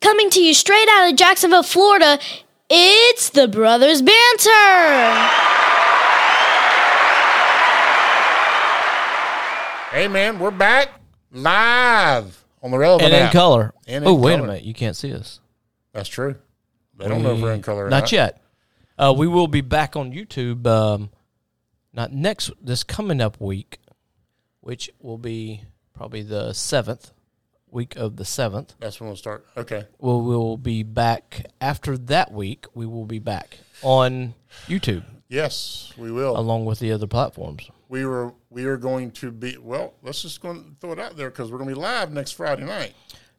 Coming to you straight out of Jacksonville, Florida, it's the Brothers Banter. Hey man, we're back live on the relevant and in app. color. And in oh, wait color. a minute, you can't see us. That's true. They don't know if we're in color. Or Not not yet. Uh, we will be back on YouTube. Um, not next this coming up week, which will be probably the seventh week of the seventh. That's when we'll start. Okay. Well, we will be back after that week. We will be back on YouTube Yes, we will. along with the other platforms. we were we are going to be well. Let's just go and throw it out there because we're going to be live next Friday night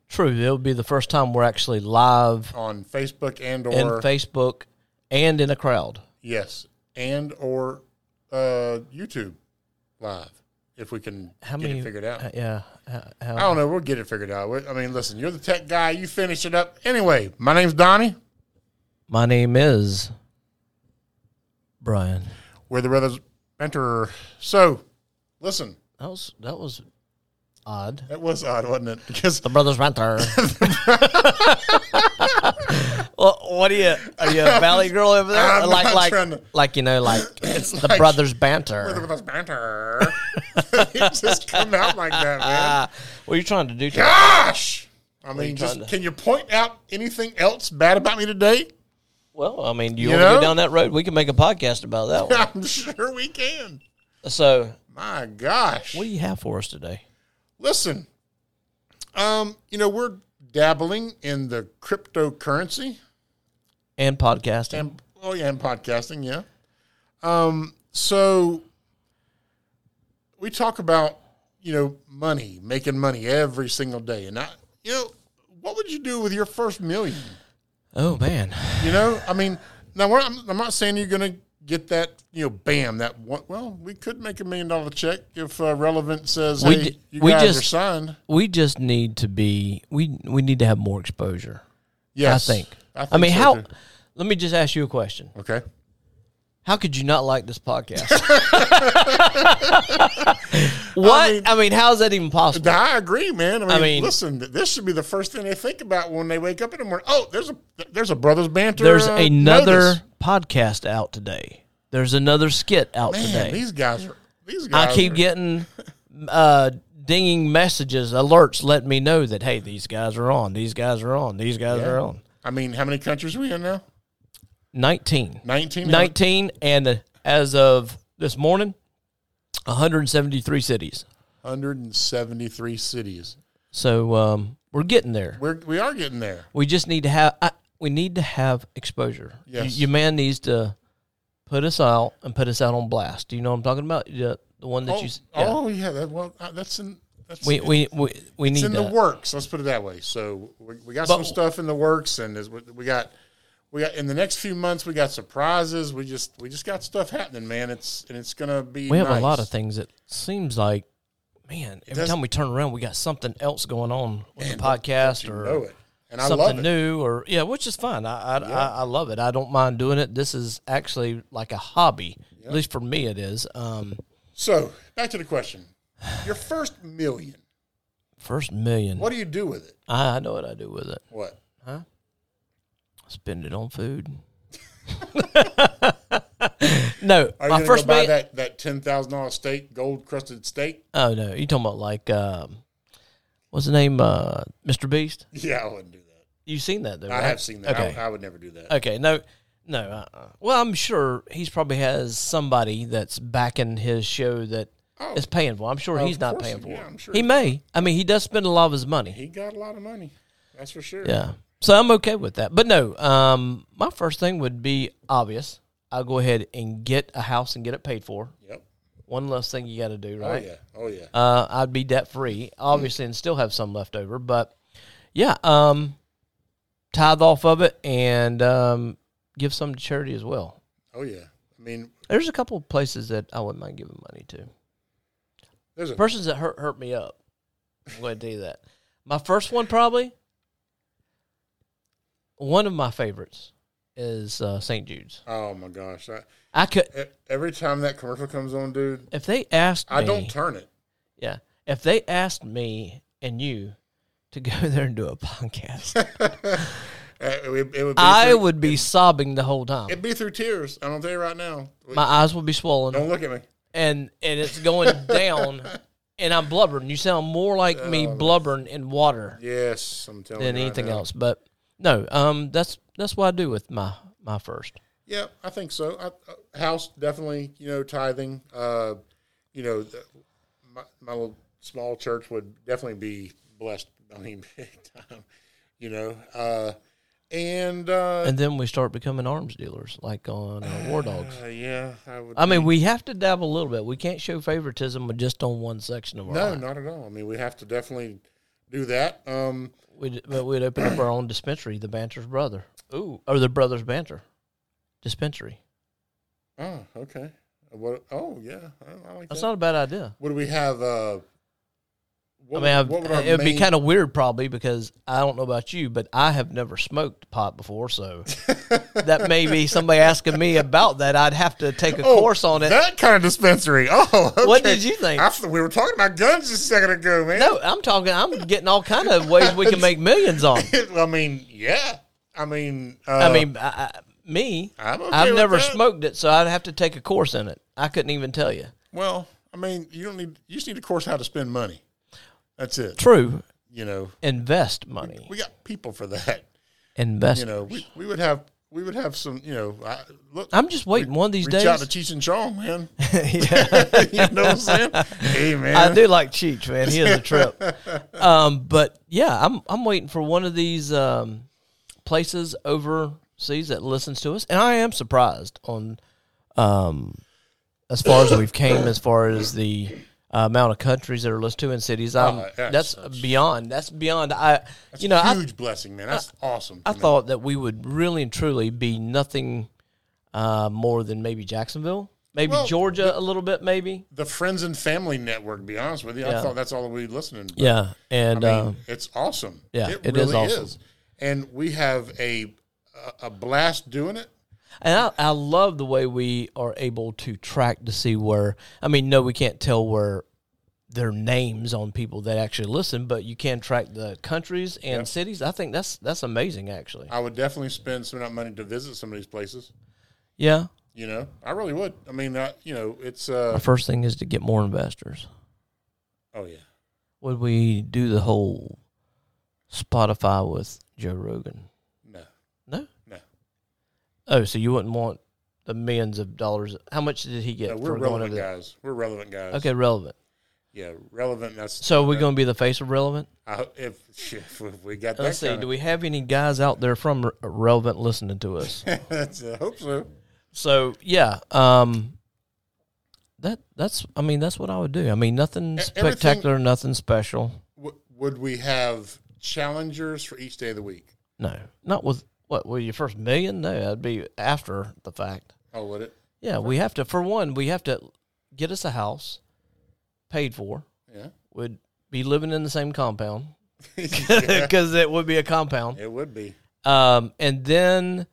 True, it'll be the first time we're actually live on Facebook and in or Facebook and in a crowd. yes and or uh, YouTube live if we can How get many it figured out. uh, yeah. How, how- I don't know. We'll get it figured out. We- I mean, listen, you're the tech guy. You finish it up anyway. My name's Donnie. My name is Brian. We're the brothers Enter. So, listen, That was that was odd. that was odd, wasn't it? Because The brothers Renter. well, what are you? Are you a valley girl over there? I'm like not like trying to- like you know like it's the like- brothers we're the banter. brothers Enter. it just come out like that, man. Ah, what are you trying to do? To Gosh. I mean, just trying to- can you point out anything else bad about me today? well, I mean, you, You want to know? go down that road? We can make a podcast about that one. I'm sure we can. so, My gosh. what do you have for us today? Listen, um, you know, we're dabbling in the cryptocurrency. And podcasting. and oh yeah, and podcasting, yeah. Um, so we talk about you know money, making money every single day, and I, you know, what would you do with your first million? oh man, You know, I mean, now we're, I'm, I'm not saying you're going to get that, you know, bam, that one. Well, we could make a million dollar check if uh, relevant says, We hey, ju- you we guys just- are signed. we just need to be we we need to have more exposure. Yes, I think. I, mean, so, how? too. Let me just ask you a question. Okay, How could you not like this podcast? what? I mean, how is that even possible? Now, I agree, man. I mean, mean- listen, th- this should be the first thing they think about when they wake up in the morning. Oh, there's a there's a brothers banter. There's uh, another notice. podcast out today. There's another skit out Man, today. these guys are these guys. I keep are- getting uh, dinging messages, alerts, letting me know that hey, these guys are on. These guys are on. These guys are on. I mean, how many countries are we in now? Nineteen. Nineteen. 19 and uh, as of this morning 173 cities 173 cities. so um, we're getting there We're we are getting there. we just need to have I, we need to have exposure Y- Yes. your man needs to put us out and put us out on blast do you know what i'm talking about the, the one that Oh you s- yeah. oh, yeah. that, well, uh, that's in that's we, we, we, we need it's in that. the works. Let's put it that way. So we, we got But- some stuff in the works, and as we, we got we got in the next few months we got surprises. We just we just got stuff happening, man. It's and it's gonna be. we have nice. a lot of things that seems like man every does- time we turn around we got something else going on with the podcast You or know it, and I love something it. new or yeah, which is fun. I I, I I love it. I don't mind doing it. This is actually like a hobby. At least for me, it is. Um, So back to the question: Your first million, first million. what do you do with it? I, I know what I do with it. What? Spend it on food. no, Are you my gonna first go buy million. that that ten thousand dollar steak, gold crusted steak? Oh no, you talking about like um, what's the name? Uh, Mr. Beast. Yeah, I wouldn't do that. You've seen that though. I right? have seen that. Okay. I, I would never do that. Okay, no, no. Uh-uh. Well, I'm sure he's probably has somebody that's backing his show that is Oh. paying for. it. I'm sure he's not course paying he- for. yeah, it. I'm sure he he- may. I mean, he does spend a lot of his money. He got a lot of money. That's for sure. Yeah, so I'm okay with that. But no, um, my first thing would be obvious. I'll go ahead and get a house and get it paid for. Yep. One less thing you got to do, Oh right? yeah. Oh yeah. uh, I'd be debt free, obviously, and still have some left over. But yeah, um, tithe off of it and um, give some to charity as well. Oh yeah. I mean, There's a couple of places that I wouldn't mind giving money to. there's a Persons that hurt hurt me up. I'm going to tell you that. My first one probably. One of my favorites is uh, St. Jude's. Oh my gosh! I, I could e- every time that commercial comes on, dude, if they asked me. I don't turn it. yeah, if they asked me and you to to go there and do a podcast, Uh, it, would- it would be I through, would be sobbing the whole time. it'd be through tears. I'm gonna tell you right now. My eyes would be swollen, Don't look at me. and and it's going down, and I'm blubbering. You sound more like me Oh, blubbering in water Yes, I'm telling than you. right anything now. else. But no, um, that's that's what I do with my my first. Yeah, I think so. I, uh, house definitely, you know, tithing. Uh, you know, the, my, my little small church would definitely be blessed. I mean, big time. You know, uh, and uh, And then we start becoming arms dealers, like on uh, War Dogs. uh, yeah, I would. I mean, we have to dabble a little bit. We can't show favoritism just on one section of our no, life. not at all. I mean, we have to definitely do that. Um, We'd, but we'd open up our own dispensary, the Banter's Brother. Ooh. Or the Brother's Banter dispensary. oh, okay. What? Oh, yeah, I, I like That's that. not a bad idea. What do we have? Uh, what, I mean, I've- what would our it would be main- kind of weird probably because I don't know about you, but I have never smoked pot before. So that may be somebody asking me about that. I'd have to take a Oh, course on it. That kind of dispensary. Oh, okay. What did you think? I thought we were talking about guns just a second ago, man. no, I'm talking, I'm getting all kind of ways we can make millions on. I mean, yeah. I mean, uh, I mean, I, I, me, I'm okay I've with never that. smoked it, so I'd have to take a course in it. I couldn't even tell you. well, I mean, you don't need. You just need a course how to spend money. That's it. True, You know, invest money. we got people for that. Invest. You know, we, we would have we would have some. You know, I, look. I'm just waiting one of these reach days. out to Cheech and Chong, man. Yeah, you know what I'm saying? Hey, man. I do like Cheech, man. He is a trip. Um, but yeah, I'm I'm waiting for one of these um, places overseas that listens to us, and I am surprised on um, as far as we've came, as far as the uh, amount of countries that are listened to in cities. I'm, Oh, yeah, that's beyond. That's beyond. I you know I Huge blessing, man. That's awesome. I thought that we would really and truly be nothing uh, more than maybe Jacksonville, maybe Well, Georgia a little bit, maybe. the friends and family network. to Be honest with you, I Yeah. thought that's all we listening. to. Yeah, and I uh, mean, it's awesome. yeah, it, it really is is, awesome. And we have a a- a blast doing it. and I, I love the way we are able to track to see where. I mean, no, we can't tell where their names on people that actually listen, but you can track the countries and cities. I think that's that's amazing, actually. I would definitely spend some of that money to visit some of these places. Yeah, You know, I really would. I mean, uh, you know, it's our uh, first thing is to get more investors. oh yeah, Would we do the whole Spotify with Joe Rogan? no, No. no, Oh, so you wouldn't want the millions of dollars? How much did he get no for we're going relevant over there? guys. We're relevant guys. Okay, relevant. yeah, relevant. That's So we're going to be the face of relevant. I, if, if we got that. Let's see. kinda- Do we have any guys out there from Re- relevant listening to us? that's, I hope so. so yeah, um, that that's. I mean, that's what I would do. I mean, nothing E-, everything- spectacular, nothing special. W- would we have challengers for each day of the week? No, not with what. Well, your first million? No, that'd be after the fact. Oh, would it? Yeah, we have to. For one, we have to get us a house paid for. Yeah, would be living in the same compound because it would be a compound. it would be. Um, and then,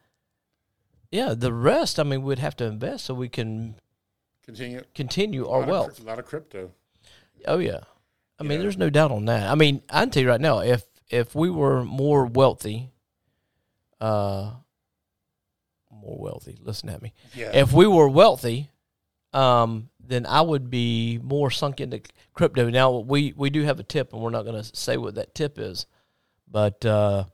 yeah, the rest, I mean, we'd have to invest so we can Continue. continue A our lot of wealth. cryp- A lot of crypto. Oh, yeah. I mean, there's no doubt on that. I mean, I can tell you right now, if if we were more wealthy, uh, more wealthy, listen at me. Yeah. If we were wealthy, um, then I would be more sunk into crypto. Now we we do have a tip, and we're not going to say what that tip is, but uh,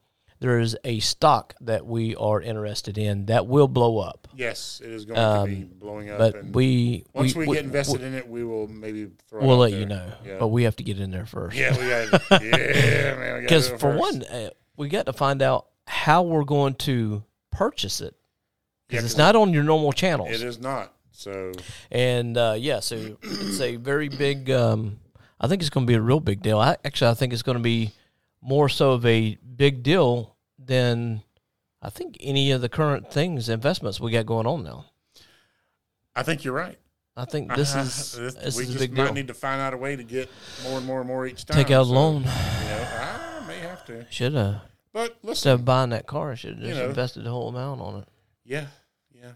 there is a stock that we are interested in that will blow up. Yes, it is going to be blowing up. um, But and we once we, we get invested in it, we will maybe throw. it we'll out let there. you know. Yeah, But we have to get in there first. yeah, we got. Yeah, man. we gotta Because do it for first. one, uh, we got to find out how we're going to purchase it. Yeah, Because it's 'cause not on your normal channels. it is not. So And uh, yeah, so it's a very big. Um, I think it's going to be a real big deal. I actually I think it's going to be more so of a big deal than I think any of the current things investments we got going on now. I think you're right. I think this Uh, is this- this we is a just big might deal. need to find out a way to get more and more and more each time. Take out a so, loan. You know, I may have to. Should have But listen, instead of buying that car, I should have just know. invested the whole amount on it. yeah, yeah.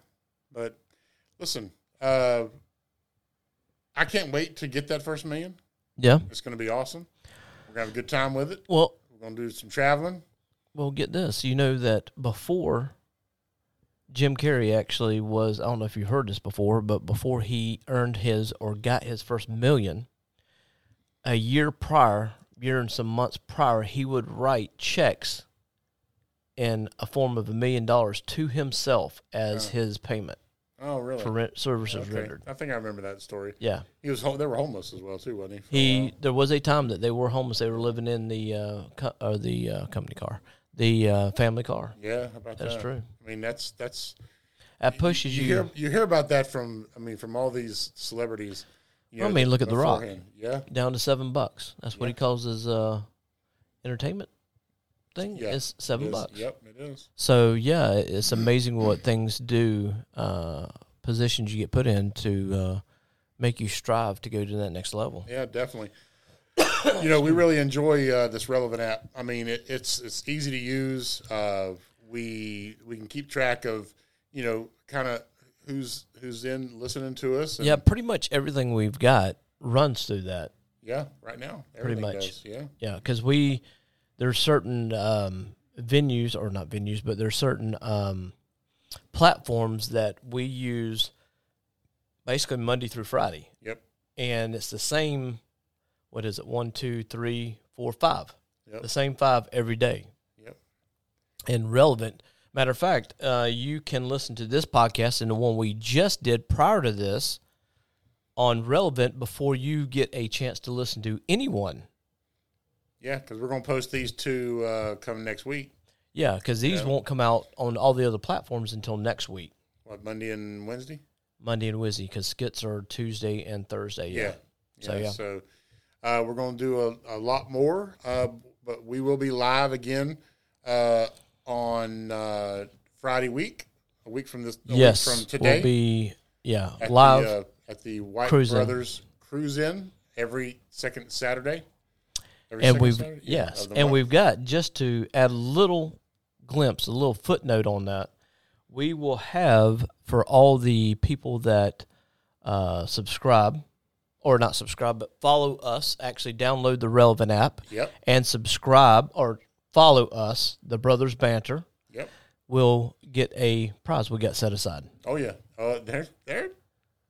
But listen, uh, I can't wait to get that first million. Yeah. It's going to be awesome. We're gonna have a good time with it. Well, We're Gonna do some traveling. Well, get this. You know that before Jim Carrey actually was, I don't know if you heard this before, but before he earned his or got his first million, a year prior, year and some months prior, he would write checks in a form of a million dollars to himself as his payment Oh, really? for rent services Okay. rendered. I think I remember that story. Yeah. He was home, they were homeless as well too, wasn't he? For a He while? there was a time that they were homeless. They were living in the uh, co- or the uh, company car, the uh, family car. yeah, how about That's that. true. I mean, that's that's That pushes you you. hear you hear about that from I mean from all these celebrities. You Well, I mean, look at The Rock. beforehand. Yeah, down to seven bucks. That's what he calls his uh, entertainment thing. yeah, It's seven it is. bucks. Yep, it is. So yeah, it's amazing what things do. Uh, positions you get put in to uh, make you strive to go to that next level. Yeah, definitely. you know, we really enjoy uh, this relevant app. I mean, it, it's it's easy to use. Uh, we we can keep track of you know kind of who's who's in listening to us. and- Yeah, pretty much everything we've got runs through that. yeah, right now Pretty everything much. Does, yeah, Yeah, because we there's certain um, venues or not venues, but there's certain um, platforms that we use basically Monday through Friday. yep, and it's the same. What is it? One, two, three, four, five. Yep. The same five every day yep, and relevant. Matter of fact, uh, you can listen to this podcast and the one we just did prior to this on relevant before you get a chance to listen to anyone. yeah. Because we're gonna post these two uh, come next week, Yeah, because these Yeah. won't come out on all the other platforms until next week, what Monday and Wednesday. Monday and Wednesday, because skits are Tuesday and Thursday. Yeah. So, yeah. So uh, we're going to do a, a lot more, uh, but we will be live again uh, on uh, Friday week, a week from this, a week Yes, from today, we'll be yeah at live. the, uh, at the White Cruise In. Brothers Cruise In every second Saturday. Every and second we've Saturday? Yeah, yes, of the and month. we've got just to add a little glimpse, a little footnote on that. We will have for all the people that uh, subscribe or not subscribe, but follow us. Actually, download the relevant app Yep. and subscribe or follow us. The Brothers Banter Yep. will get a prize we got set aside, Oh yeah. Uh, they're they're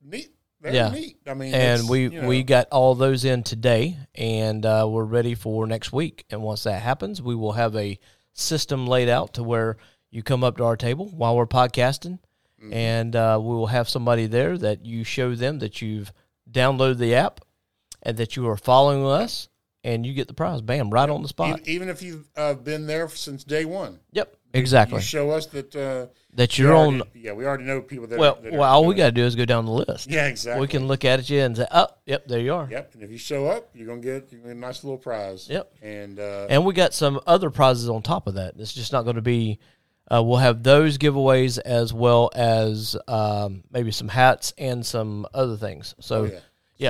neat. They're Yeah. neat. I mean, and it's, we you know, we got all those in today, and uh, we're ready for next week. And once that happens, we will have a system laid out to where you come up to our table while we're podcasting, Mm-hmm. and uh, we will have somebody there that you show them that you've downloaded the app and that you are following us, and you get the prize. Bam! Right on the spot. e- even if you've uh, been there since day one, Yep. Exactly. you show us that uh, that you're We on. already- Yeah, we already know people that. Well, are, that well, are all we doing got to do is go down the list. it. Yeah, exactly. We can look at you and say, "Oh, yep, there you are." Yep, and if you show up, you're gonna get you're gonna get a nice little prize. Yep. and uh, And we got some other prizes on top of that. It's just not going to be. Uh, we'll have those giveaways as well as um, maybe some hats and some other things. So, Oh, yeah, yeah,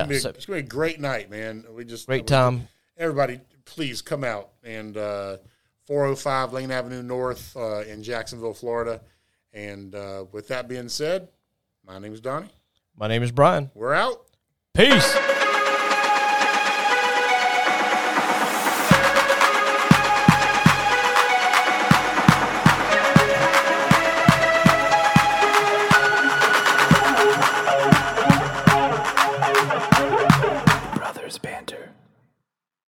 it's, gonna be a, so it's gonna be a great night, man. We just great time. Everybody, please come out and uh, 405 Lane Avenue North uh, in Jacksonville, Florida. And uh, with that being said, my name is Donnie. My name is Brian. We're out. Peace.